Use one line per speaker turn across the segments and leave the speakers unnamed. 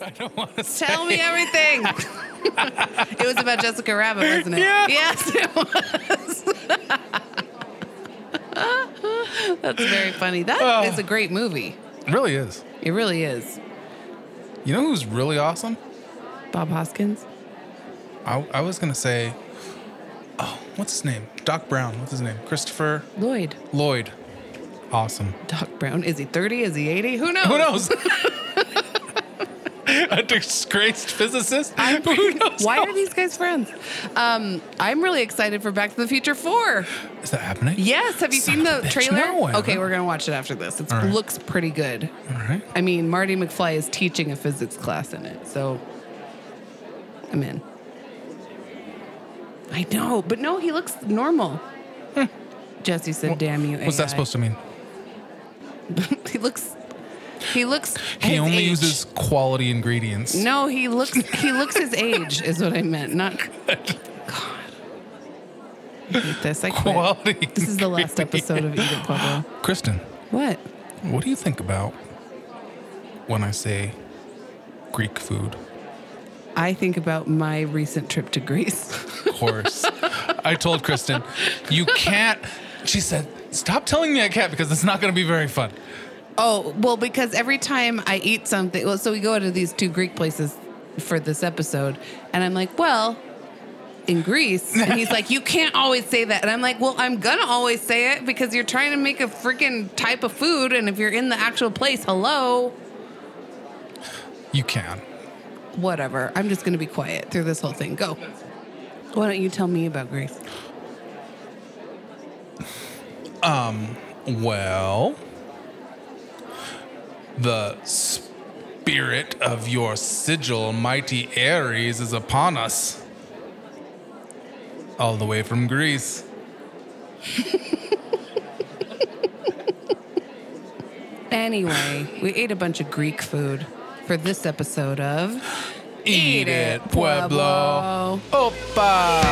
I don't want to say.
Tell me everything. it was about Jessica Rabbit, wasn't it?
Yeah.
Yes, it was. That's very funny. That
Oh.
is a great movie.
It really is.
It really is.
You know who's really awesome?
Bob Hoskins.
I, I was gonna say, oh, what's his name? Doc Brown. What's his name? Christopher
Lloyd.
Lloyd. Awesome.
Doc Brown. Is he 30? Is he 80? Who knows?
Who knows? A disgraced physicist. Who knows?
Why are these guys friends? Um, I'm really excited for Back to the Future 4.
Oh, Is that happening?
Yes. Have you
Son
seen
of a
the
bitch,
trailer?
no, I
okay,
haven't.
we're going to watch it after this. It
All right.
looks pretty good.
All right.
I mean, Marty McFly is teaching a physics class in it, so I'm in. I know, but no, he looks normal. Jesse said, "Damn you!"
Hmm. What's that supposed to mean?
to? he looks. He looks.
He
his
only
age.
uses quality ingredients.
No, he looks. He looks his age is what I meant. Not. God. I hate this. I quit.
Quality.
This is the last episode of Eat It Pueblo.
Kristen,
What?
what do you think about when I say Greek food?
I think about my recent trip to Greece.
course. I told Kristen, you can't. She said, stop telling me I can't because it's not going to be very fun.
Oh, well, because every time I eat something, well, so we go to these two Greek places for this episode, and I'm like, well, in Greece. And he's like, you can't always say that. And I'm like, well, I'm going to always say it because you're trying to make a freaking type of food. And if you're in the actual place, hello,
You can.
whatever. I'm just going to be quiet through this whole thing. Go. Why don't you tell me about Greece?
Well, the spirit of your sigil, mighty Ares, is upon us. All the way from Greece.
Anyway, we ate a bunch of Greek food for this episode of
Eat it, Pueblo. Opa!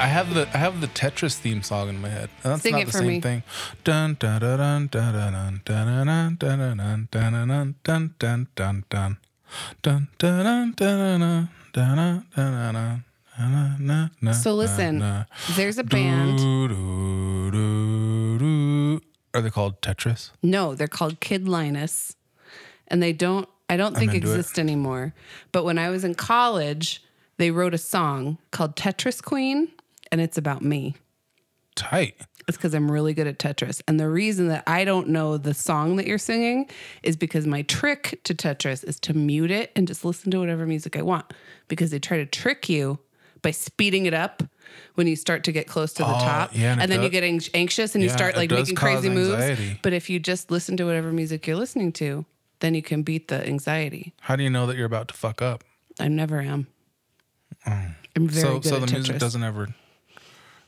I have the I have the Tetris theme song in my head. That's
Sing
not
it
the
for
same
me.
thing. Dun dun dun dun dun dun dun dun dun dun dun dun dun dun dun dun dun dun dun dun dun dun dun dun dun dun
So listen,
dun
there's a
dun
band.
Doo, doo, doo, doo. Are they called Tetris?
No, they're called Kid Linus, and they don't. I don't think
into it.
exist anymore. But when I was in college, they wrote a song called Tetris Queen, and it's about me.
Tight.
It's because I'm really good at Tetris. And the reason that I don't know the song that you're singing is because my trick to Tetris is to mute it and just listen to whatever music I want because they try to trick you by speeding it up when you start to get close to the top.
Oh, yeah, and
and
it
then you
does-
get anx- anxious and you
Yeah,
start
it
like
does
making
cause
crazy moves.
anxiety.
But if you just listen to whatever music you're listening to, then you can beat the anxiety.
How do you know that you're about to fuck up?
I never am. I'm very
Mm. So
good
so
at
the
Tetris.
music doesn't ever.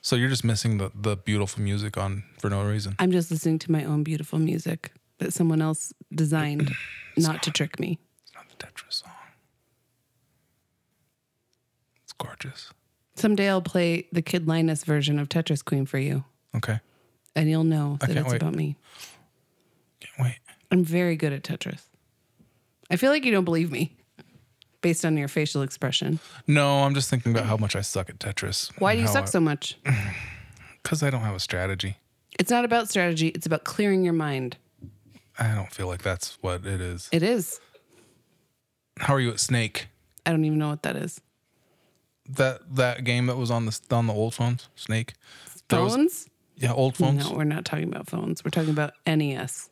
So you're just missing the the beautiful music on for no reason.
I'm just listening to my own beautiful music that someone else designed not to trick me.
It's not the Tetris song. It's gorgeous.
Someday I'll play the Kid Linus version of Tetris Queen for you,
Okay.
and you'll know that
can't
it's
wait.
about me.
Can't wait.
I'm very good at Tetris. I feel like you don't believe me based on your facial expression.
No, I'm just thinking about how much I suck at Tetris.
Why do you suck so much?
Because I don't have a strategy.
It's not about strategy, it's about clearing your mind.
I don't feel like that's what it is.
It is.
How are you at Snake?
I don't even know what that is.
That that game that was on the on the old phones, Snake. There was-
Phones?
yeah, old phones.
No, we're not talking about phones. We're talking about E NES.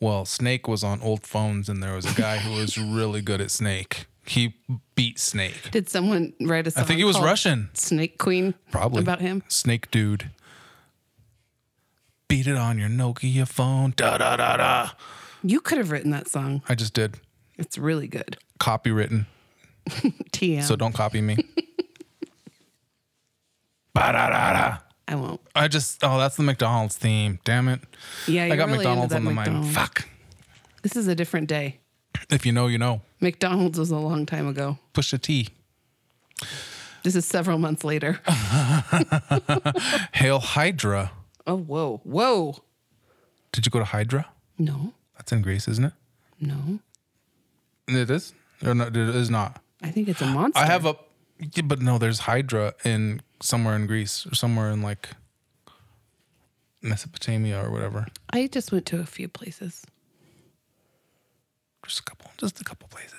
Well, Snake was on old phones, and there was a guy who was really good at Snake. He beat Snake.
Did someone write a song?
I think he was
called
Russian.
Snake Queen.
Probably
About him.
Snake dude. Beat it on your Nokia phone. Da da da da.
You could have written that song.
I just did.
It's really good.
Copywritten.
TM.
So don't copy me. Ba da da da.
I won't.
I just oh, that's the McDonald's theme. Damn it!
Yeah,
I
you're
got
really
McDonald's
into
on
that
the
McDonald's.
mind. Fuck.
This is a different day.
If you know, you know.
McDonald's was a long time ago.
Push a T.
This is several months later.
Hail Hydra.
Oh, whoa. Whoa.
Did you go to Hydra?
No,
That's in Greece, isn't it?
no.
It is. Or no, it is not.
I think it's a monster.
I have a, yeah, but no, there's Hydra in somewhere in Greece or somewhere in like Mesopotamia or whatever.
I just went to a few places.
Just a couple, just a couple places.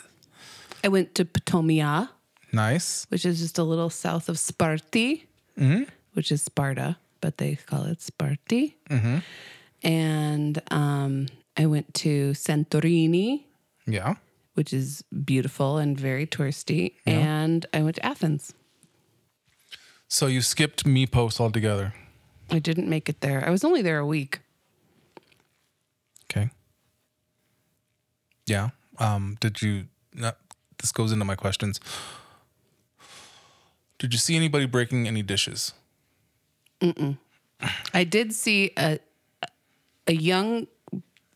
I went to Potomia,
Nice.
which is just a little south of Sparti,
Mm-hmm.
which is Sparta, but they call it Sparti.
Mm-hmm.
And um, I went to Santorini,
Yeah.
which is beautiful and very touristy. And I went to Athens.
So you skipped me post altogether.
I didn't make it there. I was only there a week.
Okay. Yeah. Um, did you not this goes into my questions. Did you see anybody breaking any dishes?
I did see a a young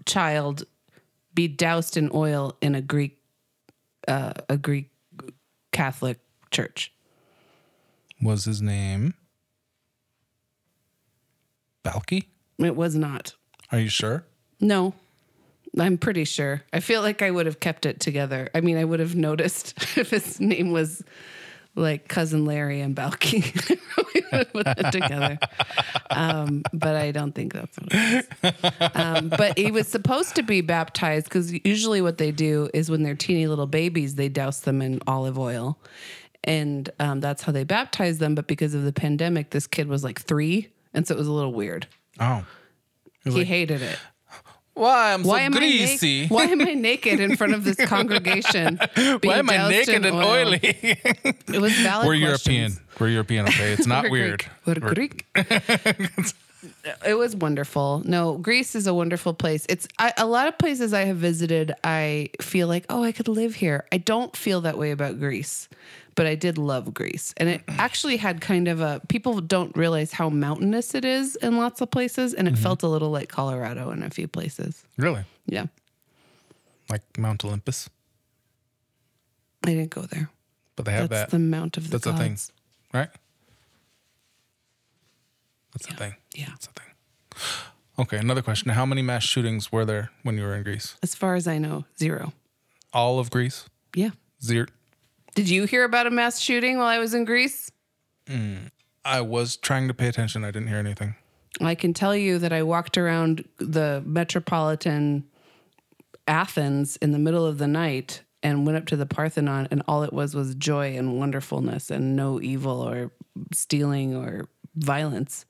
child be doused in oil in a Greek uh, a Greek Catholic church.
Was his name Balky?
It was not.
Are you sure?
No. I'm pretty sure. I feel like I would have kept it together. I mean, I would have noticed if his name was like cousin Larry and Balky. I would have put that together. Um, but I don't think that's what it is. Um, but he was supposed to be baptized because usually what they do is when they're teeny little babies, they douse them in olive oil. And um, that's how they baptize them. But because of the pandemic, this kid was like three. And so it was a little weird.
Oh.
He hated it.
Why I'm
Why
so
am, I
greasy.
naked? why am I naked in front of this congregation?
Why
being
am I
doused
naked
in
and
oil?
oily?
It was valid.
We're
questions.
European. We're European, okay? It's not
We're
weird.
Greek. We're Greek. it was wonderful. No, Greece is a wonderful place. It's I, a lot of places I have visited. I feel like, oh, I could live here. I don't feel that way about Greece, but I did love Greece, and it
Mm-hmm.
actually had kind of a. People don't realize how mountainous it is in lots of places, and it
Mm-hmm.
felt a little like Colorado in a few places.
Really?
Yeah,
Like Mount Olympus.
I didn't go there.
But they have
That's
that.
the mount of the
That's a
gods.
thing. right? That's the thing.
Yeah.
That's the thing. Okay, another question. How many mass shootings were there when you were in Greece?
As far as I know, zero.
All of Greece?
Yeah.
Zero.
Did you hear about a mass shooting while I was in Greece?
I was trying to pay attention. I didn't hear anything.
I can tell you that I walked around the metropolitan Athens in the middle of the night and went up to the Parthenon, and all it was was joy and wonderfulness and no evil or stealing or violence.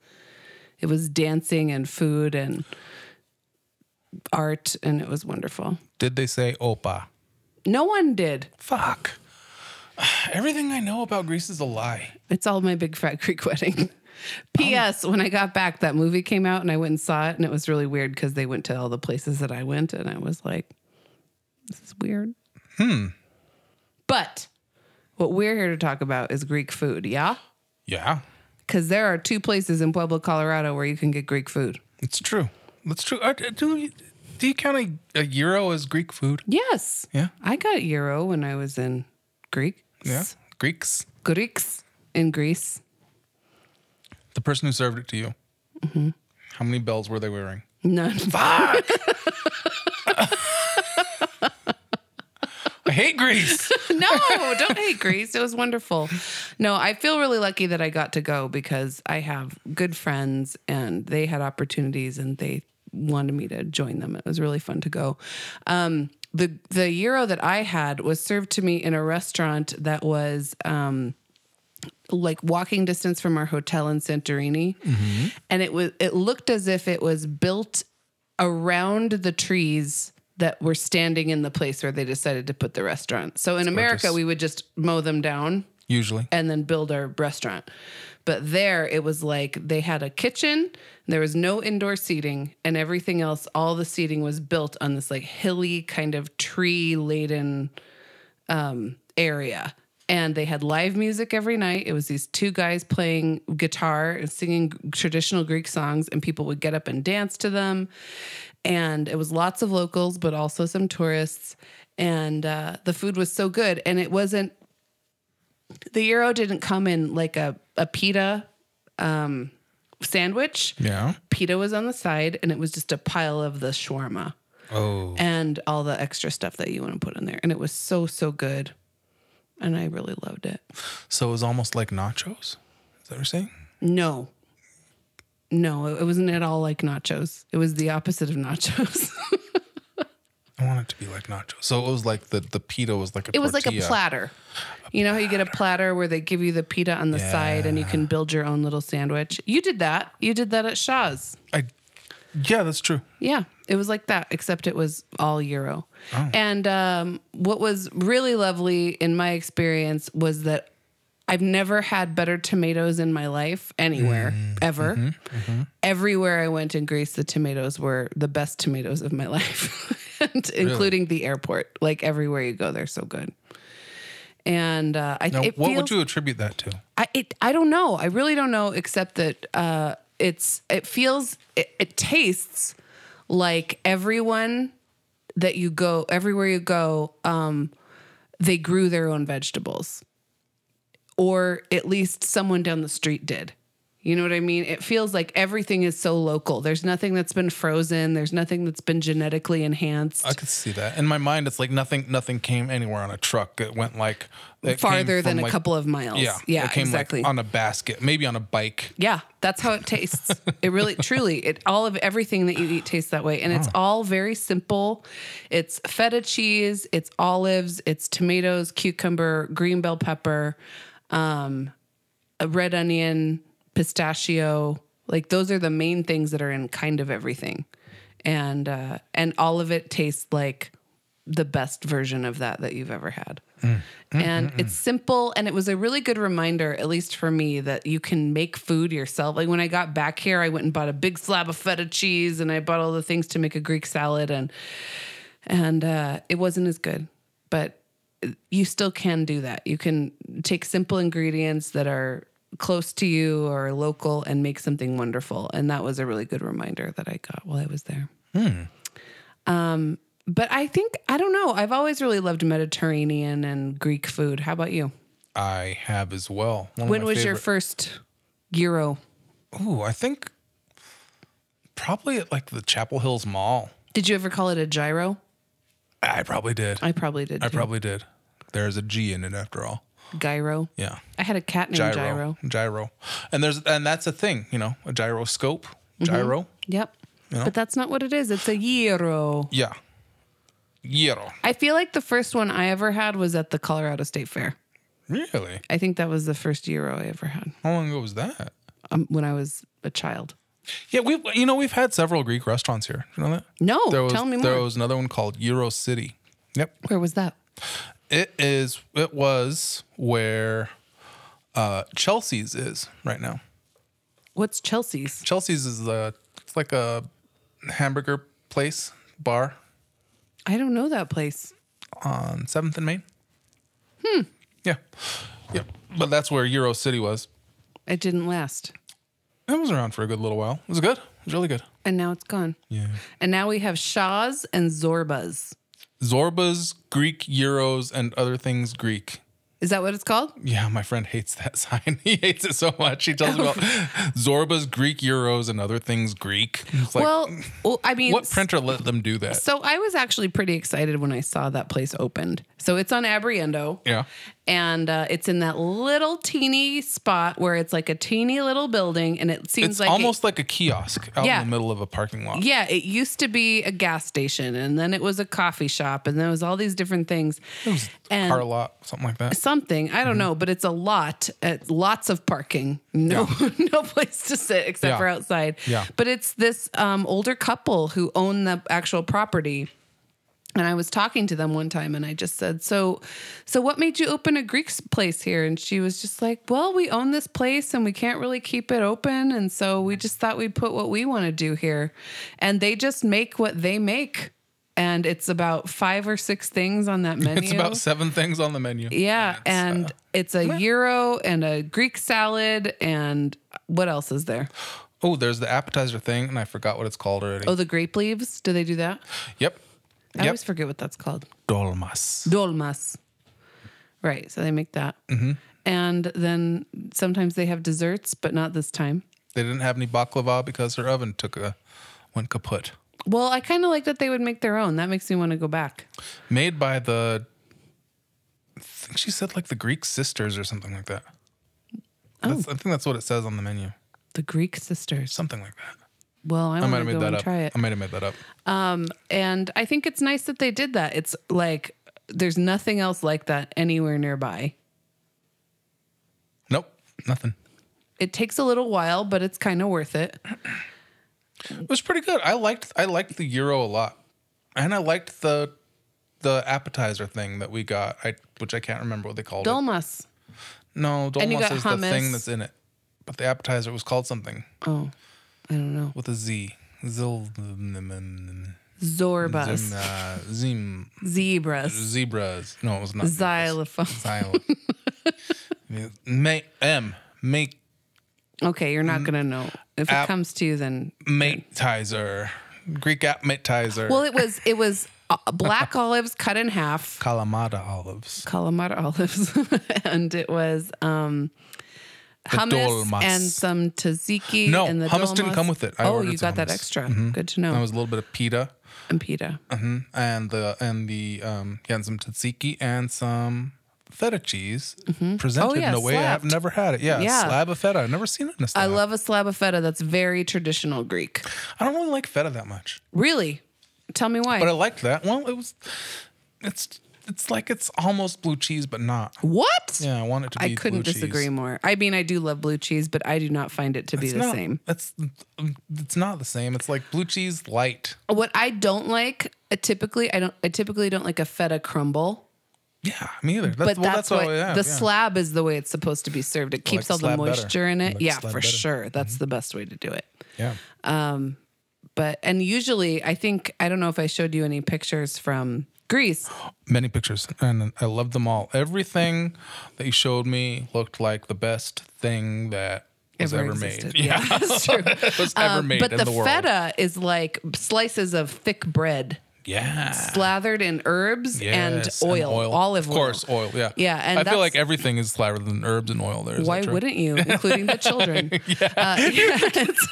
It was dancing and food and art, and it was wonderful.
Did they say Opa?
No one did.
Fuck. Everything I know about Greece is a lie.
It's all my big fat Greek wedding. P.S. When I got back, that movie came out and I went and saw it, and it was really weird because they went to all the places that I went, and I was like, this is weird. Hmm. But what we're here to talk about is Greek food, yeah?
Yeah,
Because there are two places in Pueblo, Colorado where you can get Greek food.
it's true. That's true. Are- Do you, do you count a, a euro as Greek food?
Yes.
Yeah.
I got Euro when I was in Greek.
Yeah. Greeks.
Greeks in Greece.
The person who served it to you.
Mm-hmm.
How many bells were they wearing?
None.
Fuck. I hate Greece.
no, don't hate Greece. It was wonderful. No, I feel really lucky that I got to go because I have good friends and they had opportunities and they wanted me to join them. It was really fun to go. Um, the the euro that I had was served to me in a restaurant that was um, like walking distance from our hotel in Santorini, and it was it looked as if it was built around the trees that were standing in the place where they decided to put the restaurant. So in America,
gorgeous.
we would just mow them down
Usually.
and then build our restaurant. But there, it was like they had a kitchen, there was no indoor seating, and everything else, all the seating was built on this like hilly kind of tree laden um, area. and they had live music every night. It was these two guys playing guitar and singing traditional Greek songs, and people would get up and dance to them. And it was lots of locals, but also some tourists. And uh, the food was so good, and it wasn't. The euro didn't come in like a a pita um, sandwich.
Yeah.
Pita was on the side, and it was just a pile of the shawarma
Oh.
and all the extra stuff that you want to put in there. And it was so, so good. And I really loved it.
So it was almost like nachos. Is that what you're saying?
No. No, it it wasn't at all like nachos. It was the opposite of nachos.
I want it to be like nachos. So it was like the the pita was like a.
it was like a
tortilla.
platter. you know how you get a platter where they give you the pita on the side and you can build your own little sandwich? You did that. You did that at Shaw's.
I, yeah, that's true.
Yeah, it was like that, except it was all Euro.
Oh.
And um, what was really lovely in my experience was that I've never had better tomatoes in my life anywhere,
Mm.
ever.
Mm-hmm.
Everywhere I went in Greece, the tomatoes were the best tomatoes of my life, and including the airport. Like everywhere you go, they're so good. And uh, I,
Now,
it
what
feels,
would you attribute that to?
I it, I don't know. I really don't know, except that uh, it's it feels it, it tastes like everyone that you go everywhere you go, um, they grew their own vegetables, or at least someone down the street did. You know what I mean? It feels like everything is so local. There's nothing that's been frozen. There's nothing that's been genetically enhanced.
I could see that in my mind. It's like nothing. Nothing came anywhere on a truck. It went like it came
farther than
from,
a
like-
couple of miles.
Yeah,
yeah,
It came
exactly.
like on a basket, maybe on a bike.
Yeah, that's how it tastes. it really, truly, it all of everything that you eat tastes that way, and it's all very simple. It's feta cheese, it's olives, it's tomatoes, cucumber, green bell pepper, um, a red onion, pistachio. Like those are the main things that are in kind of everything, and uh, and all of it tastes like the best version of that that you've ever had. And it's simple and it was a really good reminder at least for me that you can make food yourself. Like when I got back here I went and bought a big slab of feta cheese and I bought all the things to make a Greek salad and and uh it wasn't as good, but you still can do that. You can take simple ingredients that are close to you or local and make something wonderful. And that was a really good reminder that I got while I was there
Hmm.
Um, but I think I don't know. I've always really loved Mediterranean and Greek food. How about you?
I have as well. One of
When
my
was your
favorite-
first Euro?
Ooh, I think probably at like the Chapel Hills Mall.
Did you ever call it a gyro?
I probably did. I,
I probably did. too.
probably did. There's a G in it after all.
gyro.
Yeah.
I had a cat named
Gyro.
Gyro.
Gyro. And there's and that's a thing, you know, a gyroscope.
Mm-hmm.
Gyro.
Yep. But that's not what it is. It's a gyro.
Yeah. Gyro.
I feel like the first one I ever had was at the Colorado State Fair.
Really?
I think that was the first gyro I ever had
How long ago was that?
um, when I was a child.
Yeah, we have you know we've had several Greek restaurants here. You know that?
No,
There was,
tell me
There
more.
was another one called Euro City. Yep.
Where was that?
It is. It was where uh, Chelsea's is right now.
What's Chelsea's?
Chelsea's is a it's like a hamburger place bar
I don't know that place.
on Seventh and Main. Hmm. Yeah. Yep. But that's where Euro City was.
It didn't last.
It was around for a good little while. It was good. It was really good.
And now it's gone.
Yeah.
And now we have Shaw's and Zorba's.
Zorba's Greek Euros and other things Greek.
Is that what it's called?
Yeah, my friend hates that sign. he hates it so much. He tells me about Zorba's Greek Euros and other things Greek. It's like,
well, well, I mean,
what printer let them do that?
so I was actually pretty excited when I saw that place opened. So it's on Abriendo.
Yeah.
And uh, it's in that little teeny spot where it's like a teeny little building, and it seems
It's
like it-
almost like a kiosk out
Yeah.
in the middle of a parking lot.
yeah, it used to be a gas station, and then it was a coffee shop, and there was all these different things. and
Car lot, something like that.
something. I
Mm-hmm.
don't know, but it's a lot. Uh, lots of parking. No, no place to sit except
Yeah.
for outside.
Yeah.
But it's this um, older couple who own the actual property. And I was talking to them one time, and I just said, "So, so what made you open a Greek s- place here?" And she was just like, "Well, we own this place, and we can't really keep it open, and so we just thought we'd put what we want to do here." And they just make what they make and it's about five or six things on that menu.
It's about seven things on the menu.
yeah,
It's, uh,
and it's a gyro and a Greek salad and what else is there?
oh, there's the appetizer thing, and I forgot what it's called already.
Oh, the grape leaves. Do they do that?
Yep.
I
Yep.
always forget what that's called.
Dolmas.
Dolmas. Right. So they make that.
Mm-hmm.
And then sometimes they have desserts, but not this time.
They didn't have any baklava because their oven took a went kaput.
Well, I kind of like that they would make their own. That makes me want to go back.
Made by the I think she said like the Greek sisters or something like that.
Oh.
That's, I think that's what it says on the menu.
The Greek sisters.
Something like that.
Well, I,
I might
want
have
to
made
go
that
and
up.
try it.
I might have made that up.
And I think it's nice that they did that. It's like there's nothing else like that anywhere nearby.
Nope. Nothing.
It takes a little while, but it's kind of worth it.
It was pretty good. I liked I liked the gyro a lot, and I liked the the appetizer thing that we got. I which I can't remember what they called it.
Dolmas.
No,
you
dolmas
got
is the
hummus.
thing that's in it, but the appetizer was called something
Oh, I don't know.
with a Z. Zil,
Zorbas.
zim, uh, zim,
Zebras.
zebras. No, it was not.
Xylophones.
Silent. May M make
Okay, you're
Mm-hmm.
not going to know. If it
App-
comes to you, then
matizer. Greek appetizer.
Well, it was it was uh, black olives cut in half,
Kalamata olives.
Kalamata olives, and it was um, hummus
dolmas.
and some tzatziki.
No,
and the
hummus didn't
dolmas.
come with it. I
oh,
ordered
you
some
got that
hummus. Mm-hmm.
extra. Good to know.
That was a little bit of pita.
and pita.
and the and the um yeah, and some tzatziki and some feta cheese presented
Oh, yeah,
in a way I've
slapped.
never had it. Yeah, a
Yeah.
slab of feta. I've never seen it in a
I
slab. I,
love a slab of feta. That's very traditional Greek.
don't really like feta that much,
Really, tell me why.
but uh, I liked that. Well, it was it's it's like it's almost blue cheese, but not.
what?
Yeah, I want it to be.
I couldn't
blue
disagree
Cheese.
more. I mean, I do love blue cheese, but I do not find it to be
It's
the
not,
same.
That's it's not the same. It's like blue cheese light.
What I don't like, uh, typically, I don't. I typically don't like a feta crumble.
Yeah, me either. That's,
but
well,
that's,
that's
what
all I have,
the
yeah.
slab is the way it's supposed to be served. It keeps
the
all the
slab better.
moisture in
I
it.
like the
yeah,
slab
for
better. Mm-hmm.
sure. That's the best way to do it.
Yeah.
But and usually, I think I don't know if I showed you any pictures from Greece.
many pictures and I loved them all. Everything that you showed me looked like the best thing that was ever,
existed.
made. Yeah,
that's true.
it was ever
Um,
made
but
in
the,
the, world.
feta is like slices of thick bread
yeah.
slathered in herbs
Yes,
and, oil, olive
Of course,
oil.
oil. Yeah.
Yeah, and
I feel like
that's-
everything is slathered in herbs and oil there. Is
Why
that true?
wouldn't you, including the children? yeah. Uh, yeah, it's,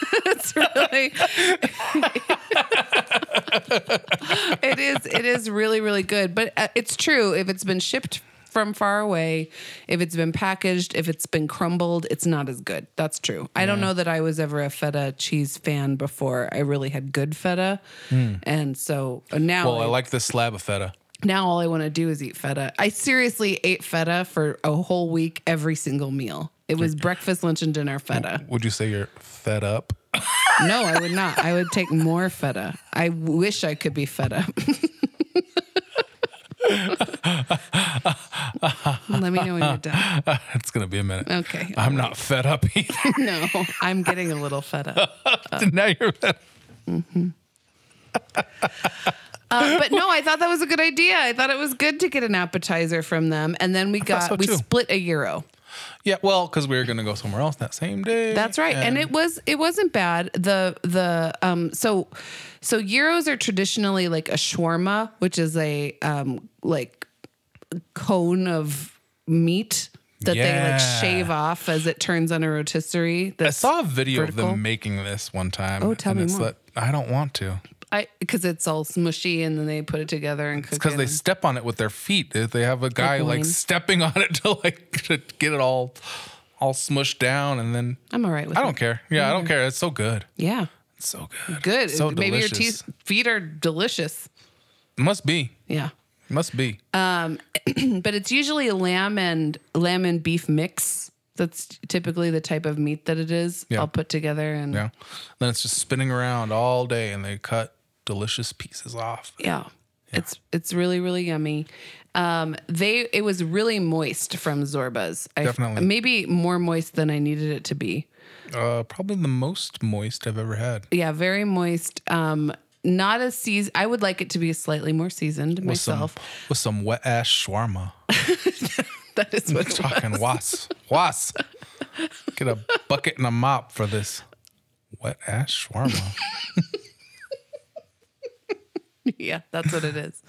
it's really. it is. It is really, really good. But uh, it's true. If it's been shipped from far away, if it's been packaged, if it's been crumbled, it's not as good. That's true. I don't know that I was ever a feta cheese fan before. I really had good feta, and so uh, now
Hmm. Well, I like this slab of feta.
now all I want to do is eat feta. I seriously ate feta for a whole week, every single meal. It was breakfast, lunch, and dinner feta.
Would you say you're fed up?
No, I would not. I would take more feta. I wish I could be feta. Let me know when you're done.
it's gonna be a minute.
Okay.
I'm not fed up either.
No, I'm getting a little feta.
now you're fed up.
Uh, but no, I thought that was a good idea. I thought it was good to get an appetizer from them, and then we got
so
we
too.
split a euro.
Yeah. Well, because we were gonna go somewhere else that same day.
That's right. And, it was it wasn't bad. The the um so so gyros are traditionally like a shawarma, which is a um like cone of meat that they like
Yeah.
shave off as it turns on a rotisserie.
I
That's
saw a video of
Vertical.
them making this one time.
Oh, tell
and
me
it's
more.
like, I don't want to.
I because it's all smushy and then they put it together and cook
because
it.
they step on it with their feet. If They have a guy like,
wine.
stepping on it to like to get it all all smushed down, and then
I'm all right with
I
it.
don't care. Yeah, I don't care. It's so good.
Yeah.
It's so good.
Good.
So
Maybe
delicious.
your teeth feet are delicious.
Must be.
Yeah.
Must be.
But it's usually a lamb and lamb and beef mix. That's typically the type of meat that it is.
Yeah.
All put together and
yeah. Then it's just spinning around all day, and they cut delicious pieces off.
Yeah. It's it's really really yummy. Um, they it was really moist from Zorba's. I,
Definitely.
maybe more moist than I needed it to be.
Uh, probably the most moist I've ever had.
Yeah, very moist. Um, not as seasoned. I would like it to be slightly more seasoned
with some,
myself.
with some wet ass shawarma.
that is what
Fucking was. Was. Get a bucket and a mop for this wet ass shawarma.
Yeah, that's what it is.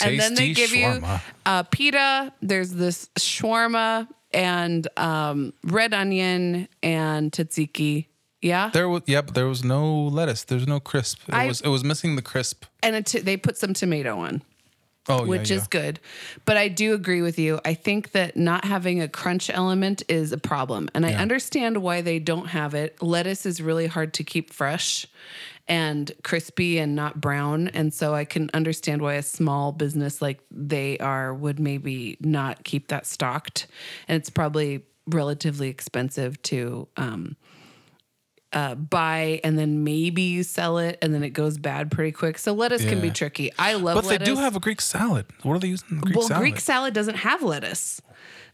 and then
Tasty
they give
shawarma.
you uh, pita. There's this shawarma and um, red onion and tzatziki. Yeah,
There was yep. There was no lettuce. There's no crisp. It
I-
was it was missing the crisp.
and a t- they put some tomato on,
Oh
which
yeah,
is good. But I do agree with you. I think that not having a crunch element is a problem, and I understand why they don't have it. Lettuce is really hard to keep fresh and crispy and not brown, and so I can understand why a small business like they are would maybe not keep that stocked, and it's probably relatively expensive to um, uh, buy and then maybe you sell it and then it goes bad pretty quick. So lettuce can be
Yeah.
tricky. I love
But
lettuce.
they do have a Greek salad. What are they using? in the Greek
well,
salad.
Greek salad doesn't have lettuce.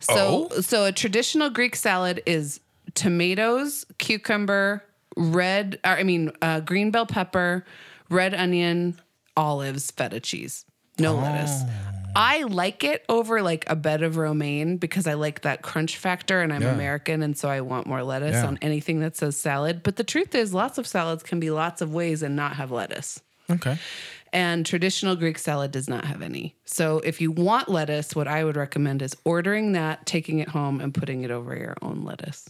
So
Oh?
so a traditional Greek salad is tomatoes, cucumber, red or, I mean uh, green bell pepper, red onion, olives, feta cheese.
Oh.
No lettuce. I like it over like a bed of romaine because I like that crunch factor and I'm
Yeah.
American and so I want more lettuce
Yeah.
on anything that says salad. But the truth is lots of salads can be lots of ways and not have lettuce.
okay.
And traditional Greek salad does not have any. So if you want lettuce, what I would recommend is ordering that, taking it home, and putting it over your own lettuce.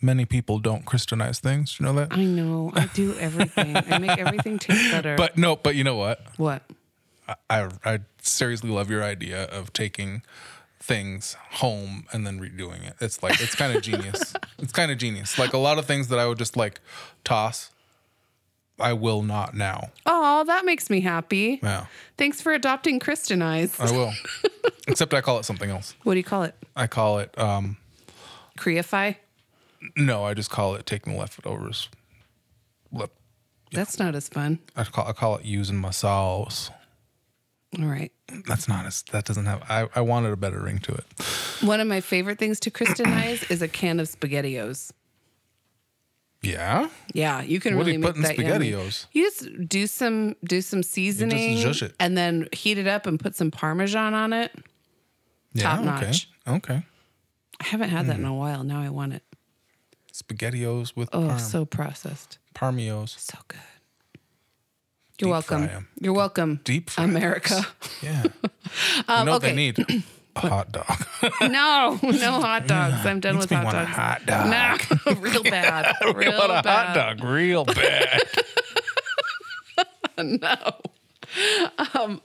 Many people don't Christianize things. You know that.
I know. I do everything. I make everything taste better.
But no. But you know what?
what?
I I seriously love your idea of taking things home and then redoing it. It's like it's kind of genius. It's kind of genius. Like a lot of things that I would just like toss. I will not now.
Oh, that makes me happy.
Yeah,
Thanks for adopting Christianized.
I will. Except I call it something else.
what do you call it?
I call it. um
Creify?
No, I just call it taking the leftovers. Left.
That's not as fun.
I call I call it using my sauce.
All right.
That's not as that doesn't have. I I wanted a better ring to it.
One of my favorite things to Christianize is a can of SpaghettiOs.
Yeah,
Yeah, you can
What do
really
you
make
put in
that yummy.
SpaghettiOs?
You just do some do some seasoning,
zhuzh it.
and then heat it up and put some Parmesan on it.
yeah.
Top
okay.
notch.
Okay.
I haven't had that
Mm.
in a while. Now I want it.
Spaghettios with
Oh,
parm,
so processed,
parmios.
so good. You're
Deep
welcome.
fry 'em.
You're welcome.
Deep fry
America.
Yeah. you know what
Um, okay.
they need a hot dog.
no, no hot dogs. I'm done
Makes
with
me
hot
want a
dogs.
hot dog.
No, real bad. real
I want a
bad.
hot dog real bad.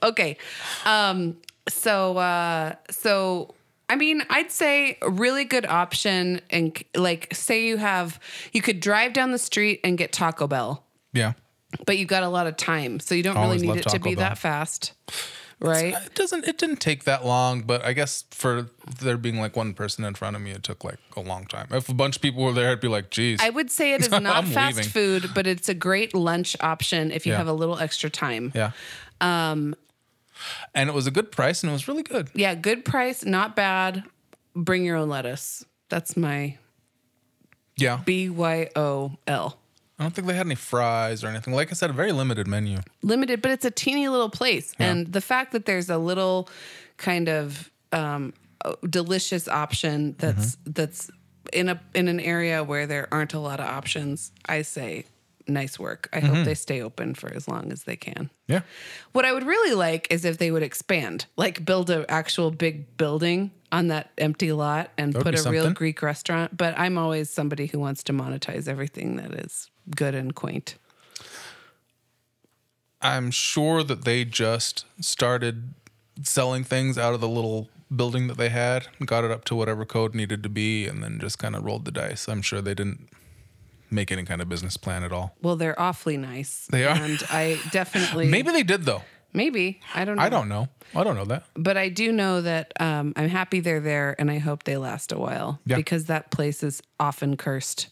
okay. Um, so uh, so I mean, I'd say a really good option and like say you have you could drive down the street and get Taco Bell,
yeah.
but you've got a lot of time, so you don't
Always
really
love
need it to
Taco
be
Bell. uh,
that fast. Right?
It doesn't. It didn't take that long, but I guess for there being like one person in front of me, it took like a long time. If a bunch of people were there, I'd be like, "Geez."
I would say it is not
I'm
fast
leaving.
food, but it's a great lunch option if you
Yeah.
have a little extra time.
yeah. Um.
Um,
And it was a good price, and it was really good.
yeah, good price, not bad. Bring your own lettuce. That's my
Yeah.
B Y O L.
I don't think they had any fries or anything. Like I said, a very limited menu.
limited, but it's a teeny little place. And the fact that there's a little kind of um, uh, delicious option that's
Mm-hmm.
that's in a in an area where there aren't a lot of options, I say nice work. I
Mm-hmm.
hope they stay open for as long as they can.
Yeah.
What I would really like is if they would expand, like build an actual big building on that empty lot and
would
put a
be
real
something.
Greek restaurant. But I'm always somebody who wants to monetize everything that is good and quaint.
I'm sure that they just started selling things out of the little building that they had, got it up to whatever code needed to be, and then just kind of rolled the dice. I'm sure they didn't make any kind of business plan at all.
Well, they're awfully nice.
They are.
And I definitely
Maybe they did though.
maybe I don't know.
I don't know. I don't know that.
But I do know that um, I'm happy they're there, and I hope they last a while
Yeah.
because that place is often cursed,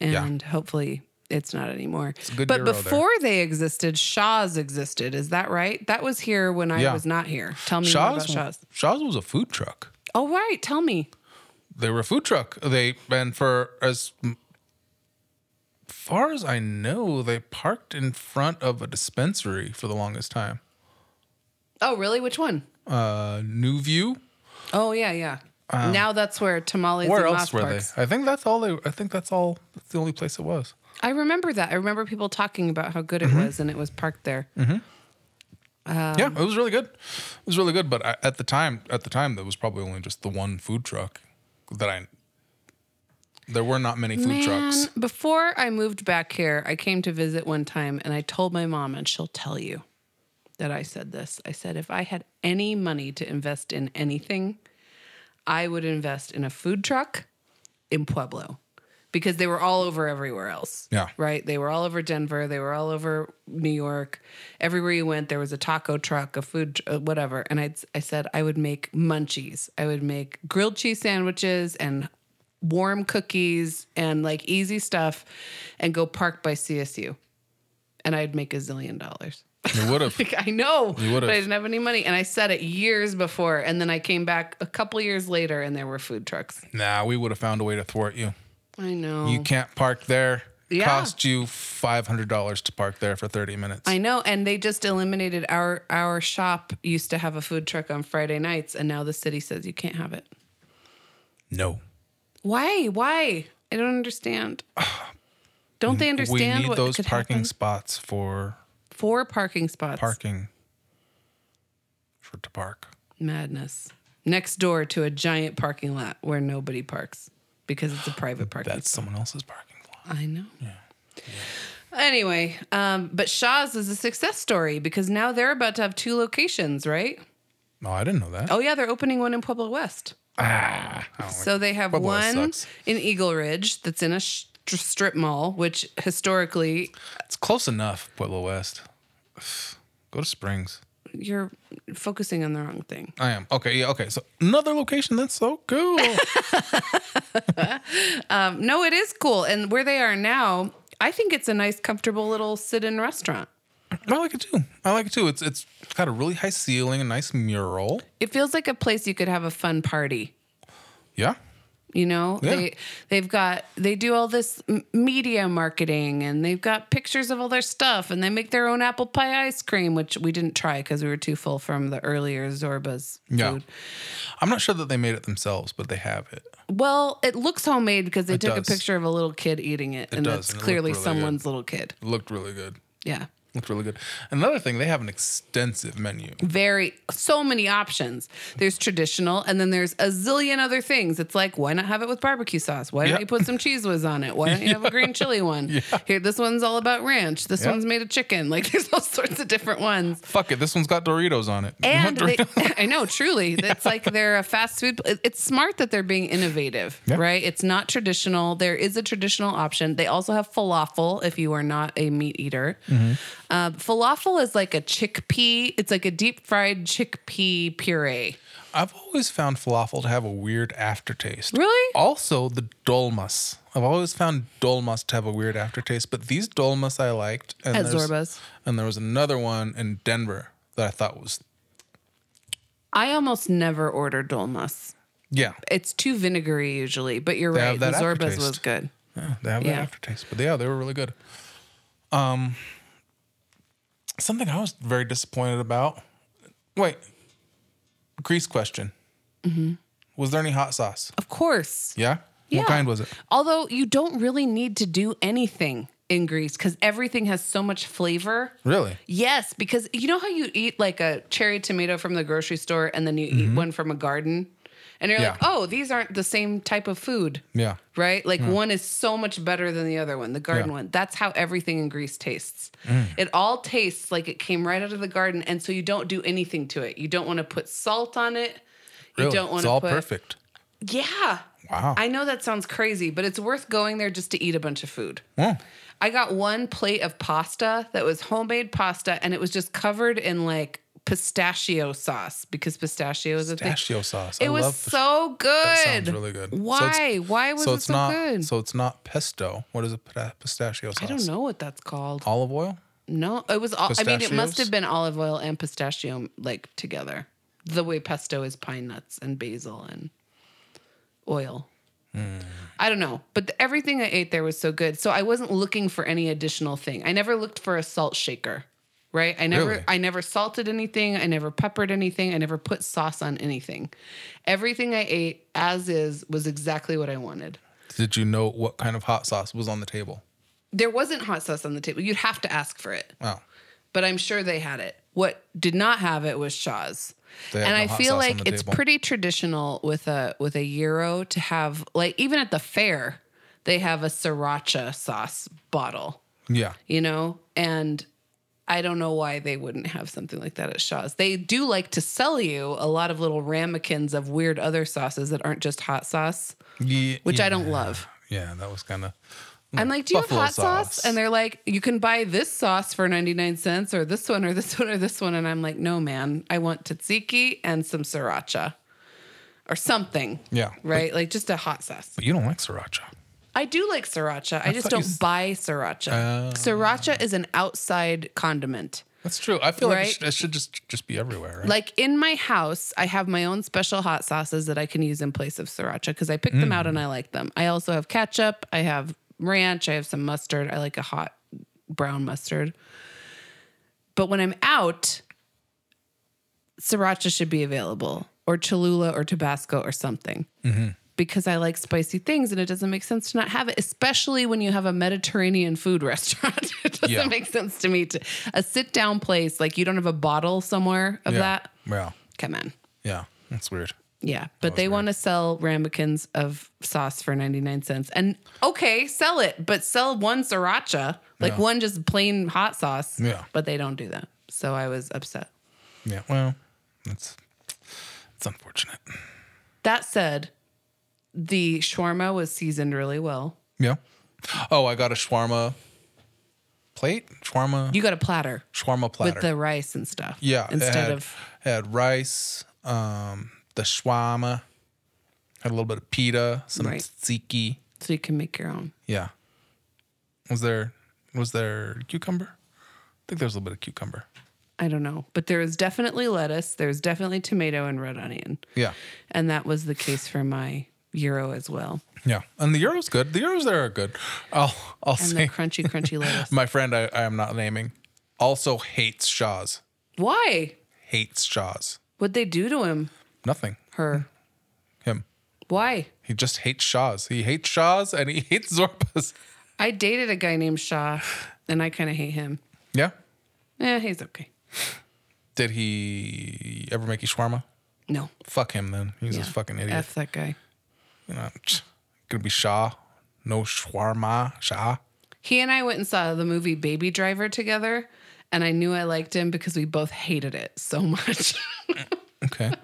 and hopefully it's not anymore.
a good
but
Euro there.
before they existed, Shaw's existed. Is that right? That was here when I
Yeah.
was not here. Tell me more
Shaw's
about Shaw's.
Shaw's was a food truck.
Oh right, tell me.
They were a food truck. They and for as far as I know, they parked in front of a dispensary for the longest time.
Oh, really? Which one?
Uh, New View.
Oh, yeah, yeah. now that's where tamales.
Um, Where
and
else
Moss
were
Parks.
they? I think that's all they. I think that's all. That's the only place it was.
I remember that. I remember people talking about how good it
Mm-hmm.
was, and it was parked there. Oh.
yeah, it was really good. It was really good. But I, at the time, at the time, there was probably only just the one food truck that I. There were not many food trucks.
before I moved back here, I came to visit one time, and I told my mom, and she'll tell you that I said this. I said if I had any money to invest in anything, I would invest in a food truck in Pueblo because they were all over everywhere else.
Yeah.
Right? They were all over Denver, they were all over New York. Everywhere you went there was a taco truck, a food tr- uh, whatever. And I I said I would make munchies. I would make grilled cheese sandwiches and warm cookies and like easy stuff and go park by CSU. And I'd make a zillion dollars.
They would have.
Like, I know,
You would've.
but I didn't have any money, and I said it years before, and then I came back a couple years later, and there were food trucks.
nah, we would have found a way to thwart you.
I know.
You can't park there.
Oh. Yeah.
Cost you five hundred dollars to park there for thirty minutes.
I know, and they just eliminated our our shop used to have a food truck on Friday nights, and now the city says you can't have it.
no.
Why? Why? I don't understand. Don't they
We
understand
need
what
those
could
parking
happen?
spots for
Four parking spots.
parking. For to park.
Madness. Next door to a giant parking lot where nobody parks because it's a private parking
That's someone else's parking lot.
I know. Anyway, um, but Shaw's is a success story because now they're about to have two locations, right?
No, I didn't know that.
Oh yeah, they're opening one in Pueblo West. Ah. So they have
Pueblo West
one
sucks.
in Eagle Ridge that's in a sh- strip mall, which historically
It's close enough, Pueblo West. Go to Springs.
you're focusing on the wrong thing.
I am. Okay, yeah, okay. So another location that's so cool.
Um, no, it is cool, and where they are now, I think it's a nice, comfortable little sit-in restaurant.
I like it too. I like it too. It's it's got a really high ceiling, a nice mural.
It feels like a place you could have a fun party.
Yeah.
You know,
Yeah.
they they've got they do all this m- media marketing and they've got pictures of all their stuff and they make their own apple pie ice cream, which we didn't try because we were too full from the earlier Zorba's
Yeah.
food.
I'm not sure that they made it themselves, but they have it.
Well, it looks homemade because they took
does.
a picture of a little kid eating it, and
does,
that's
and it looked
clearly
really good.
someone's little kid.
It looked really good.
Yeah.
Looked really good. Another thing, they have an extensive menu.
very so many options. There's traditional, and then there's a zillion other things. It's like, why not have it with barbecue sauce? Why
Yeah.
don't you put some cheese whiz on it? Why don't you have a green chili one? Here, this one's all about ranch. This
Yeah.
one's made of chicken. Like, there's all sorts of different ones.
Fuck it, this one's got Doritos on it. You want
And they,
Doritos?
I know, truly, it's like they're a fast food. it- It's smart that they're being innovative,
Yeah.
right? It's not traditional. There is a traditional option. They also have falafel if you are not a meat eater.
Mm-hmm.
Uh, falafel is like a chickpea. It's like a deep fried chickpea puree.
I've always found falafel to have a weird aftertaste.
Really?
Also, the dolmas. I've always found dolmas to have a weird aftertaste, but these dolmas I liked. And
At
there's-
Zorba's.
And there was another one in Denver that I thought was,
I almost never order dolmas.
yeah,
It's too vinegary usually, but you're
have
right. The
that
Zorba's was
aftertaste.
good.
yeah, they have that
Yeah.
aftertaste. But yeah, they were really good. Um, something I was very disappointed about. Wait, grease question. Was there any hot sauce?
Mm-hmm. Of course.
Yeah?
Yeah.
What kind was it?
Although you don't really need to do anything in Greece because everything has so much flavor.
Really?
Yes, because you know how you eat like a cherry tomato from the grocery store and then you eat one from a garden? And you're like,
Mm-hmm. Yeah.
oh, these aren't the same type of food.
Yeah.
right? Like one is so much better than the other one, the garden
Yeah. Mm.
one. That's how everything in Greece tastes. It all tastes like it came right out of the garden, and so you don't do anything to it. You don't want to put salt on it.
Really?
You don't want
it's
to
all
put
perfect.
Yeah.
Wow.
I know that sounds crazy, but it's worth going there just to eat a bunch of food.
Yeah.
I got one plate of pasta that was homemade pasta and it was just covered in like pistachio sauce because pistachio is a thing.
pistachio sauce. I
It was
love pistachio.
so good.
That sounds really good. So it's-
Why? Why was it so
not
good?
so it's not pesto. What is a pita- pistachio sauce?
I don't know what that's called.
Olive oil?
No, it was all. I mean, it must
Pistachios?
have been olive oil and pistachio like together. The way pesto is pine nuts and basil and oil.
Hmm.
I don't know, but the, everything I ate there was so good. So I wasn't looking for any additional thing. I never looked for a salt shaker, right? I never
Really?
I never salted anything, I never peppered anything, I never put sauce on anything. Everything I ate as is was exactly what I wanted.
Did you know what kind of hot sauce was on the table?
There wasn't hot sauce on the table. You'd have to ask for it.
Wow.
but I'm sure they had it. What did not have it was Shaw's.
They
And
had no
I
hot
feel
sauce on
like
the
it's
table.
pretty traditional with a with a euro to have like even at the fair they have a sriracha sauce bottle,
Yeah.
you know? And I don't know why they wouldn't have something like that at Shaw's. They do like to sell you a lot of little ramekins of weird other sauces that aren't just hot sauce,
yeah
which
yeah.
I don't love.
Yeah, that was kind of.
I'm like, do you have
Buffalo
hot sauce?
sauce.
And they're like, you can buy this sauce for 99 cents or this one or this one or this one. And I'm like, no, man, I want tzatziki and some sriracha or something.
Yeah.
Right? like just a hot sauce.
But you don't like sriracha.
I do like sriracha. I, just
thought
don't
you s- Oh.
buy sriracha. sriracha is an outside condiment.
That's true. I feel like
Right?
it should, it should just just be everywhere, right?
Like in my house, I have my own special hot sauces that I can use in place of sriracha because I pick them out
Mm.
and I like them. I also have ketchup, I have ranch, I have some mustard. I like a hot brown mustard. But when I'm out, sriracha should be available or Cholula or Tabasco or something.
Mm-hmm.
Because I like spicy things and it doesn't make sense to not have it, especially when you have a Mediterranean food restaurant. it doesn't
Yeah.
make sense to me to a sit down place, like you don't have a bottle somewhere of
yeah.
that.
Yeah.
Come on.
Yeah. That's weird.
Yeah. But they want to sell ramekins of sauce for 99 cents. And okay, sell it, but sell one sriracha, like
Yeah.
one just plain hot sauce.
Yeah.
But they don't do that. So I was upset.
Yeah. Well, that's it's unfortunate.
That said, the shawarma was seasoned really well.
Yeah. Oh, I got a shawarma plate, shawarma,
You got a platter
shawarma platter.
with the rice and stuff.
yeah. it
Instead
had,
of
had rice, um, the shawarma, had a little bit of pita, some
Right.
tzatziki.
so you can make your own.
Yeah. Was there was there cucumber? I think there was a little bit of cucumber.
I don't know. But there is definitely lettuce. There's definitely tomato and red onion.
Yeah.
And that was the case for my gyro as well.
Yeah. And the euro's good. The euro's there are good. I'll I'll
And
say
the crunchy, crunchy lettuce.
my friend I, I am not naming also hates Shaw's.
Why?
Hates Shaw's.
What'd they do to him?
Nothing.
Her.
Him.
Why?
He just hates Shaw's. He hates Shaw's and he hates Zorba's.
I dated a guy named Shaw and I kind of hate him.
Yeah.
Eh, he's okay.
Did he ever make you shawarma?
No.
Fuck him then. He's a
Yeah.
fucking idiot.
F that guy.
You know, tch, gonna be Shaw. No shawarma. Shaw.
He and I went and saw the movie Baby Driver together, and I knew I liked him because we both hated it so much.
Okay.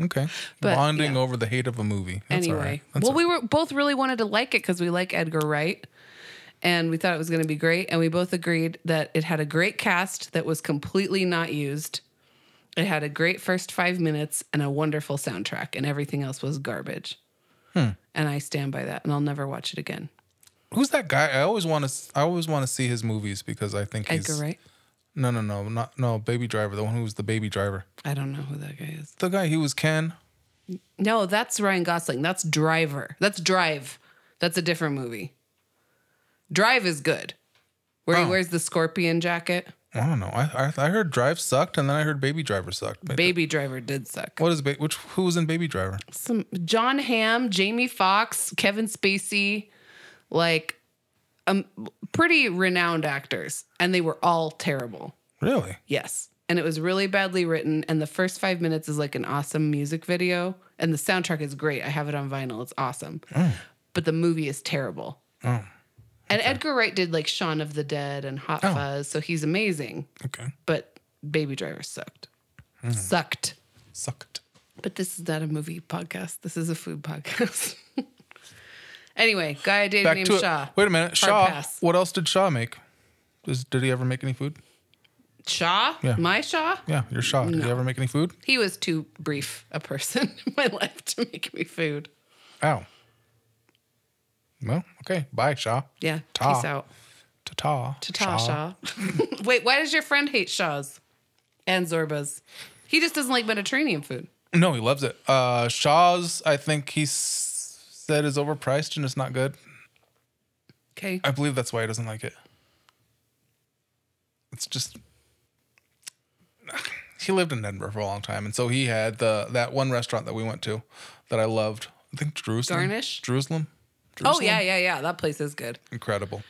Okay.
But,
Bonding
yeah.
over the hate of a movie. That's all
anyway,
right. That's
well,
all
we were both really wanted to like it because we like Edgar Wright, and we thought it was going to be great, and we both agreed that it had a great cast that was completely not used. It had a great first five minutes and a wonderful soundtrack, and everything else was garbage.
Hmm.
And I stand by that, and I'll never watch it again.
Who's that guy? I always want to. I always want to see his movies because I think he's.
Edgar Wright.
No, no, no, not no. Baby Driver, the one who was the Baby Driver,
I don't know who that guy is.
the guy he was Ken.
No, that's Ryan Gosling. That's Driver. That's Drive. That's a different movie. Drive is good. Where
Oh.
he wears the scorpion jacket.
I don't know. I, I I heard Drive sucked, and then I heard Baby Driver sucked. But
Baby Driver did suck.
What is ba- which? Who was in Baby Driver?
Some John Hamm, Jamie Foxx, Kevin Spacey, like um pretty renowned actors and they were all terrible.
Really?
Yes. And it was really badly written and the first 5 minutes is like an awesome music video and the soundtrack is great. I have it on vinyl. It's awesome. But the movie is terrible.
Oh.
And Edgar Wright did like Shaun of the Dead and Hot Fuzz, so he's amazing.
Okay.
But Baby Driver sucked. Sucked.
Sucked.
But this is not a movie podcast. This is a food podcast. anyway, guy I dated
Back
named
to it.
Shaw.
Wait a minute, Shaw.
pass.
What else did Shaw make? Does, did he ever make any food?
Shaw?
Yeah.
My Shaw?
Yeah, you're Shaw. Did he ever make any food?
He was too brief a person in my life to make me food.
Ow. Well, okay. Bye, Shaw.
Yeah.
Ta.
Peace out.
Ta ta.
To Shaw. Wait, why does your friend hate Shaws and Zorbas? He just doesn't like Mediterranean food.
No, he loves it. Uh, Shaw's, I think he's that is overpriced and it's not good.
Okay. Oh,
I believe that's why he doesn't like it. It's just he lived in Denver for a long time, and so he had the that one restaurant that we went to that I loved. I think Jerusalem.
Garnish?
Jerusalem.
Oh
Jerusalem?
yeah, yeah, yeah. That place is good.
Incredible.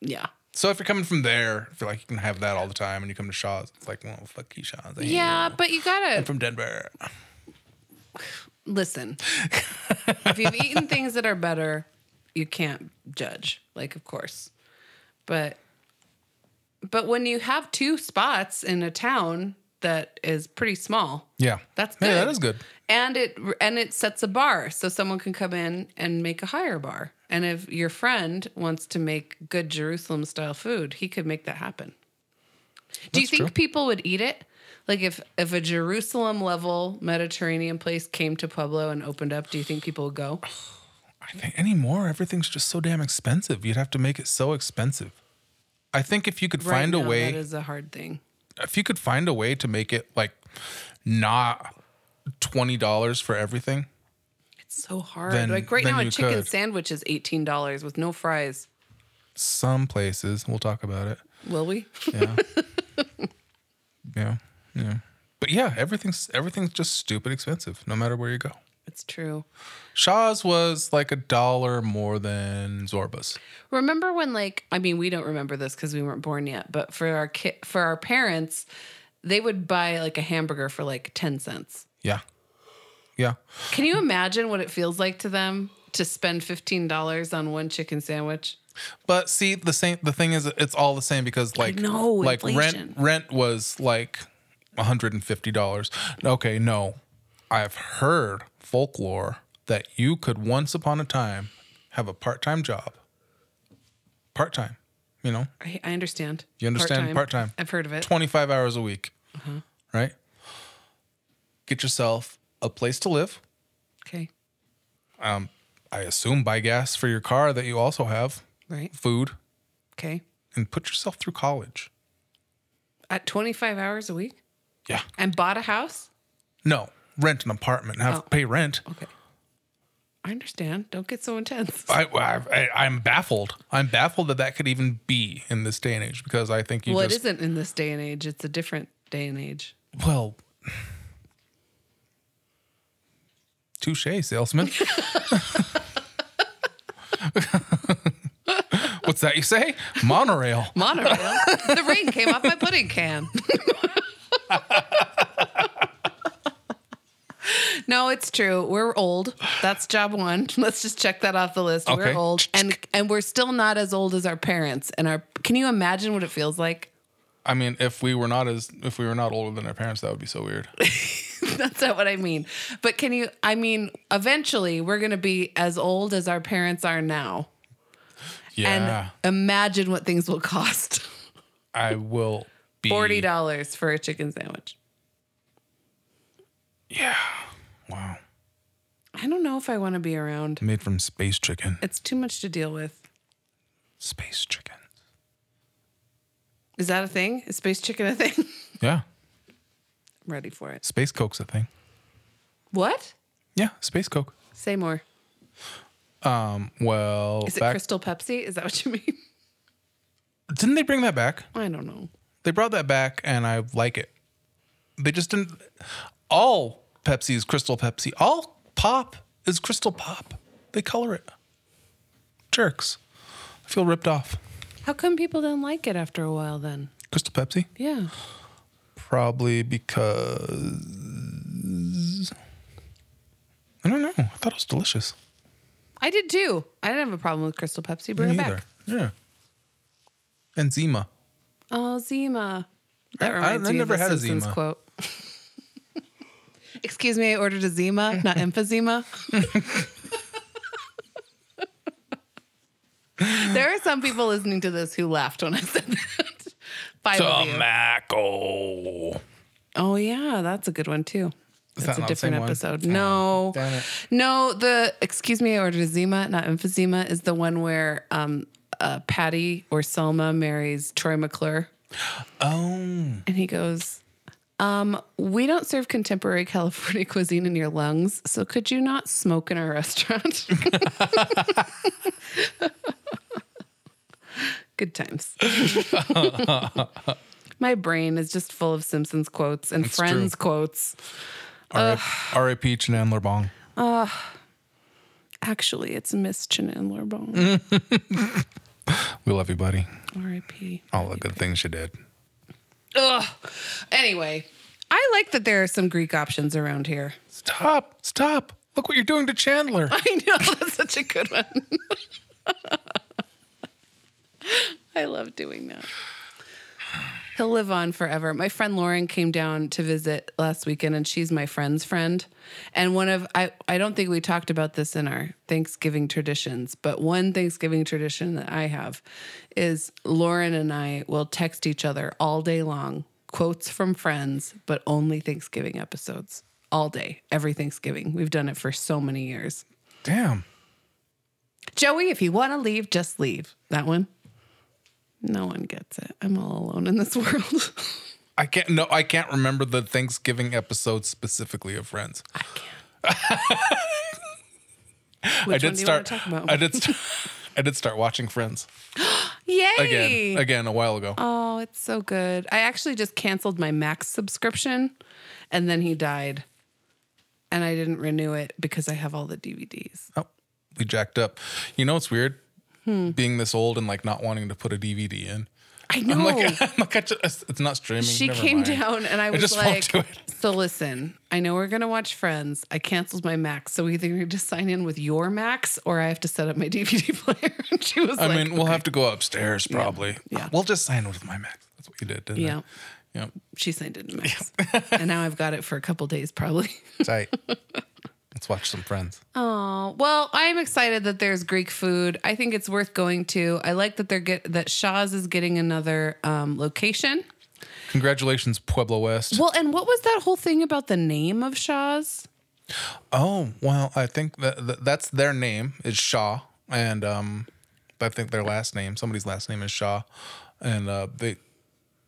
Yeah.
So if you're coming from there, I feel like you can have that all the time, and you come to Shaw's, it's like, well, fuck you, Shaw's. I hate
Yeah,
you.
but you
I'm
gotta
from Denver.
listen. if you've eaten things that are better, you can't judge. Like, of course, but but when you have two spots in a town that is pretty small,
Yeah,
That's
Yeah, that
good.
is good.
and it and it sets a bar so someone can come in and make a higher bar and if your friend wants to make good jerusalem style food he could make that happen do you
That's
think
true.
people would eat it like if if a jerusalem level mediterranean place came to pueblo and opened up do you think people would go
I think anymore, everything's just so damn expensive. You'd have to make it so expensive. I think if you could
Right
find a
now,
way,
that is a hard thing
if you could find a way to make it like not twenty dollars for everything,
it's so hard
Then-
like right
then
now a
you
chicken
could.
sandwich is $18 with no fries
some places we'll talk about it.
will we
Yeah, yeah, yeah. But yeah, everything's everything's just stupid expensive, no matter where you go.
it's true
Shaw's was like a dollar more than Zorba's.
Remember when like I mean we don't remember this cuz we weren't born yet, but for our ki- for our parents, they would buy like a hamburger for like 10 cents.
Yeah, yeah.
Can you imagine what it feels like to them to spend $15 on one chicken sandwich?
But see, the same the thing is, it's all the same because like
know,
like
inflation.
rent rent was like one hundred and fifty dollars. Okay, no, I've heard folklore that you could once upon a time have a part time job, part time. You know,
I, I understand.
You understand? Part-time.
I've heard of it.
25 hours a week,
Mm-hmm.
right? Get yourself a place to live.
okay.
I assume buy gas for your car that you also have,
Right.
food,
Okay.
and put yourself through college.
At 25 hours a week
Yeah.
and bought a house?
No, rent an apartment, have
Oh.
pay rent.
Okay. I understand. Don't get so intense.
I, I, I I'm baffled. I'm baffled that that could even be in this day and age because I think you
Well, it
just
isn't in this day and age. It's a different day and age.
well. Touche, salesman. What's that you say? Monorail.
Monorail. the ring came off my pudding can. no, it's true. We're old. That's job one. Let's just check that off the list.
Okay.
We're old, and and we're still not as old as our parents. And our can you imagine what it feels like?
I mean, if we were not as if we were not older than our parents, that would be so weird.
That's not what I mean. But can you? I mean, eventually we're going to be as old as our parents are now.
Yeah,
And imagine what things will cost.
I will be
Forty dollars for a chicken sandwich.
Yeah, wow,
I don't know if I want to be around.
made from space chicken.
It's too much to deal with.
Space chicken.
Is that a thing? Is space chicken a thing?
Yeah,
I'm ready for it.
space coke's a thing.
What?
Yeah, space coke.
Say more.
Um, well,
Is it
back-
Crystal Pepsi? Is that what you mean?
didn't they bring that back?
I don't know.
They brought that back, and I like it. They just didn't. All Pepsi is Crystal Pepsi. All pop is Crystal Pop. They color it. Jerks. I feel ripped off.
How come people don't like it after a while then?
Crystal Pepsi.
Yeah.
Probably because I don't know. I thought it was delicious.
I did too. I didn't have a problem with Crystal Pepsi. Bring it
Me
back.
either. Yeah. And Zima.
Oh, Zima. That
I- I
reminds me
never
of
had a
a Simpsons
Zima.
quote. Excuse me, I ordered a Zima, not emphysema. there are some people listening to this who laughed when I said that. Five of you.
Tobacco.
Oh yeah, that's a good one too.
Is
That's
that
a
not the
different
same one?
episode. No,
damn it.
no. The excuse me, I ordered a Zima, not emphysema, is the one where um, uh, Patty or Selma marries Troy McClure,
Oh.
and he goes, Um, we don't serve contemporary California cuisine in your lungs, so could you not smoke in our restaurant? Good times. My brain is just full of Simpsons quotes and
true.
Friends quotes.
R.I.P. Chandler Bong.
Actually, it's Miss Chandler Bone.
We love you, buddy.
R.I.P.
All the good things you did.
Mm. Ugh. Anyway, I like that there are some Greek options around here.
Stop! Stop! Look what you're doing to Chandler.
I know that's such a good one. I love doing that. He'll live on forever. My friend Lauren came down to visit last weekend, and she's my friend's friend. And one of I I don't think we talked about this in our Thanksgiving traditions, but one Thanksgiving tradition that I have is Lauren and I will text each other all day long quotes from friends, but only Thanksgiving episodes all day, every Thanksgiving. We've done it for so many years.
Damn.
Joey, if you want to leave, just leave. That one. No one gets it. I'm all alone in this world.
I can't. No, I can't remember the Thanksgiving episode specifically of Friends.
Which
I
one
did
do you
start.
want to talk about?
I did. St- I did start watching Friends
Yay!
again. Again, a while ago.
Oh, it's so good. I actually just canceled my Max subscription and then he died. And I didn't renew it because I have all the DVDs.
Oh, we jacked up. You know what's weird?
Hmm.
Being this old and like not wanting to put a DVD in.
I know.
I'm like, I'm like I just, it's not streaming.
she
Never
came
mind.
down and I was
just won't
like,
do it.
so listen, I know we're going to watch Friends. I canceled my Max. So either you need to sign in with your Max or I have to set up my DVD player. and she was
I
like,
mean, we'll have to go upstairs probably.
yeah.
We'll just sign with my Max. That's what you did, didn't
Yeah.
it? Yeah.
she signed it in Max. and now I've got it for a couple days probably.
Tight. Let's watch some Friends.
Oh, well, I'm excited that there's Greek food. I think it's worth going to. I like that they're get that Shaw's is getting another um, location.
Congratulations, Pueblo West.
Well, and what was that whole thing about the name of Shaw's?
Oh well, I think that, that that's their name is Shaw, and um, I think their last name, somebody's last name is Shaw, and uh, they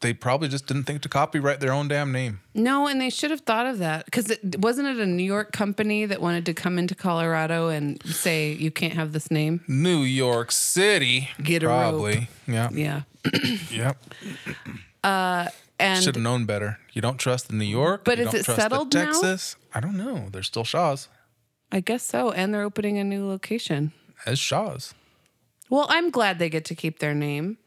they probably just didn't think to copyright their own damn name.
No, and they should have thought of that because it wasn't it a New York company that wanted to come into Colorado and say you can't have this name.
New York City,
Get a rope.
probably, yeah,
Yeah,
yep.
and
Should have known better. You don't trust the New York,
But
you
is
don't
it
trust the
settled now?
Texas. I don't know. They're still Shaws
I guess so. And they're opening a new location.
as Shaws.
Well, I'm glad they get to keep their name.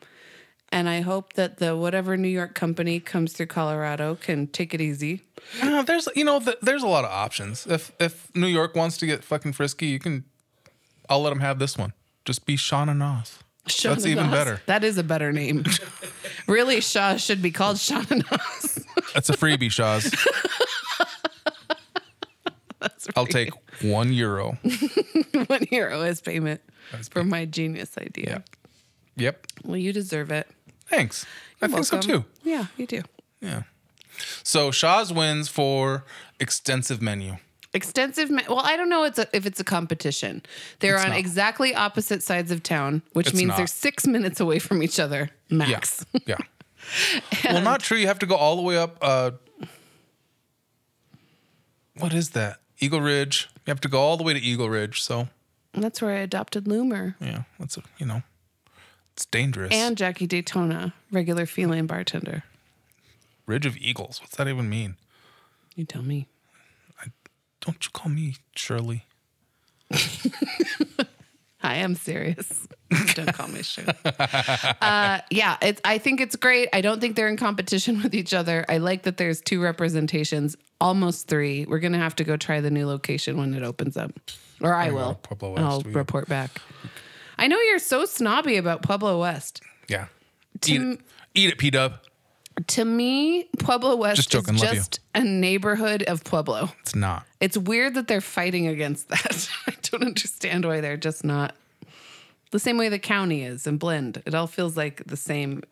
And I hope that the whatever New York company comes through Colorado can take it easy.
Uh, there's you know th- there's a lot of options. If if New York wants to get fucking frisky, you can. I'll let them have this one. Just be Shauna Noss. That's even
Shawanaws.
better.
That is a better name. really, Shaw should be called Shawanaws.
That's a freebie, Shaw's. I'll take one euro.
One hero as payment for my genius idea.
Yep.
Well, you deserve it.
Thanks. I
You're
think so
welcome.
too.
Yeah, you do.
Yeah. So Shaw's wins for extensive menu.
Extensive. ma- well, I don't know it's a, if it's a competition. They're on
not.
exactly opposite sides of town, which
It's
means
not.
they're six minutes away from each other,
Yeah.
max.
Yeah. well, not true. You have to go all the way up. Uh, what is that? Eagle Ridge. You have to go all the way to Eagle Ridge. So
That's where I adopted Loomer.
yeah, that's a, you know, it's dangerous.
and Jackie Daytona, regular feline bartender.
Ridge of Eagles. What's that even mean?
You tell me.
Don't you call me Shirley.
I am serious. Don't call me sugar. Uh, yeah, it's, I think it's great. I don't think they're in competition with each other. I like that there's two representations, almost three. We're gonna have to go try the new location when it opens up, or I
go
will.
to Pueblo
and I'll
West, we-
report back. I know you're so snobby about Pueblo West.
Yeah.
Tim-
eat it, eat it P Dub.
To me, Pueblo West
Just joking,
is
love you.
just a neighborhood of Pueblo.
It's not.
It's weird that they're fighting against that. I don't understand why they're just not the same way the county is and blend. It all feels like the same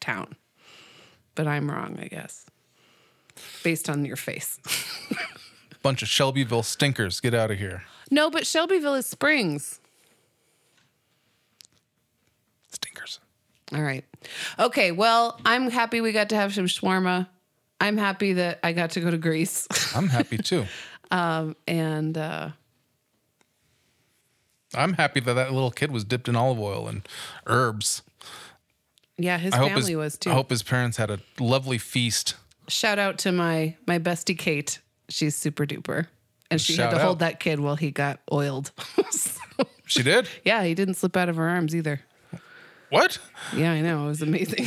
town. But I'm wrong, I guess. Based on your face.
Bunch of Shelbyville stinkers. Get out of here.
No, but Shelbyville is Springs.
Stinkers.
All right. Okay, well, I'm happy we got to have some shawarma. I'm happy that I got to go to Greece.
I'm happy too.
um, and uh,
I'm happy that that little kid was dipped in olive oil and herbs.
yeah, his
I hope
family
his,
was too.
I hope his parents had a lovely feast.
Shout out to my my bestie Kate. She's super duper. And she
Shout
had to
out.
hold that kid while he got oiled. So,
She did?
yeah, he didn't slip out of her arms either.
What?
Yeah, I know. It was amazing.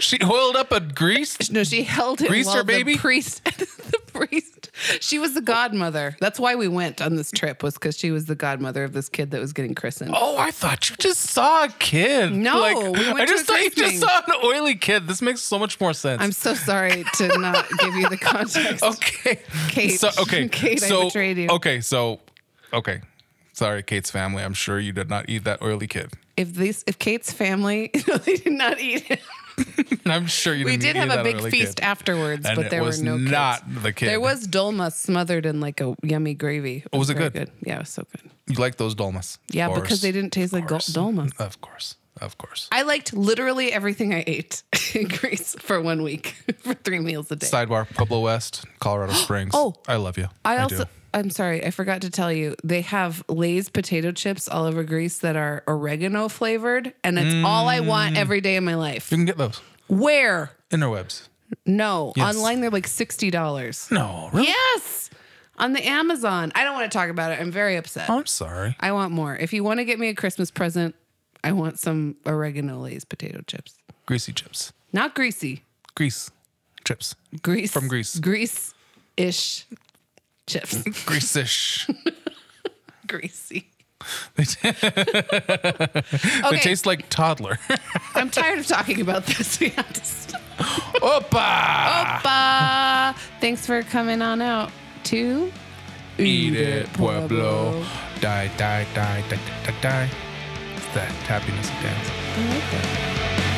She oiled up a grease?
No, she held him.
Greased
while
her baby?
The priest. the priest. She was the godmother. That's why we went on this trip was because she was the godmother of this kid that was getting christened.
Oh, I thought you just saw a kid.
No,
Like,
we went
I
to
just
a
thought you just
christening.
saw an oily kid. This makes so much more sense.
I'm so sorry to not give you the context.
okay,
Kate.
So, okay,
Kate, I
so,
betrayed you.
Okay, so, okay, sorry, Kate's family. I'm sure you did not eat that oily kid.
If this, if Kate's family, no, they did not eat him.
I'm sure you.
We
didn't
did
eat
have a
that
big
oily
feast
kid.
afterwards,
And
but
it
there
was
were no
not
kids.
the kid.
There was dolma smothered in like a yummy gravy.
Oh, was it
very
good?
Yeah, it was so good.
You like those dolmas?
Yeah,
Of course.
because they didn't taste like go-
course.
dolma.
Of course, of course.
I liked literally everything I ate in Greece for one week, for three meals a day.
Sidebar: Pueblo West, Colorado Springs.
Oh.
I love you.
I
do.
also, I'm sorry, I forgot to tell you, they have Lay's potato chips all over Greece that are oregano flavored, and it's all I
Mm.
want every day of my life.
You can get those
Where?
interwebs.
No, online they're like sixty dollars.
No, really?
Yes, on the Amazon. I don't want to talk about it. I'm very upset.
I'm sorry.
I want more. If you want to get me a Christmas present, I want some oregano Lay's potato chips,
Greasy chips,
not greasy.
grease chips,
Greece.
From Greece.
Greece ish chips.
greasish.
Greasy.
They
Okay.
taste like toddler.
I'm tired of talking about this. We have to stop.
Opa! Ah.
Bah. Thanks for coming on out to
Eat it, Pueblo. Die, die, die, die, die, die, die. It's that happiness dance.
I like that.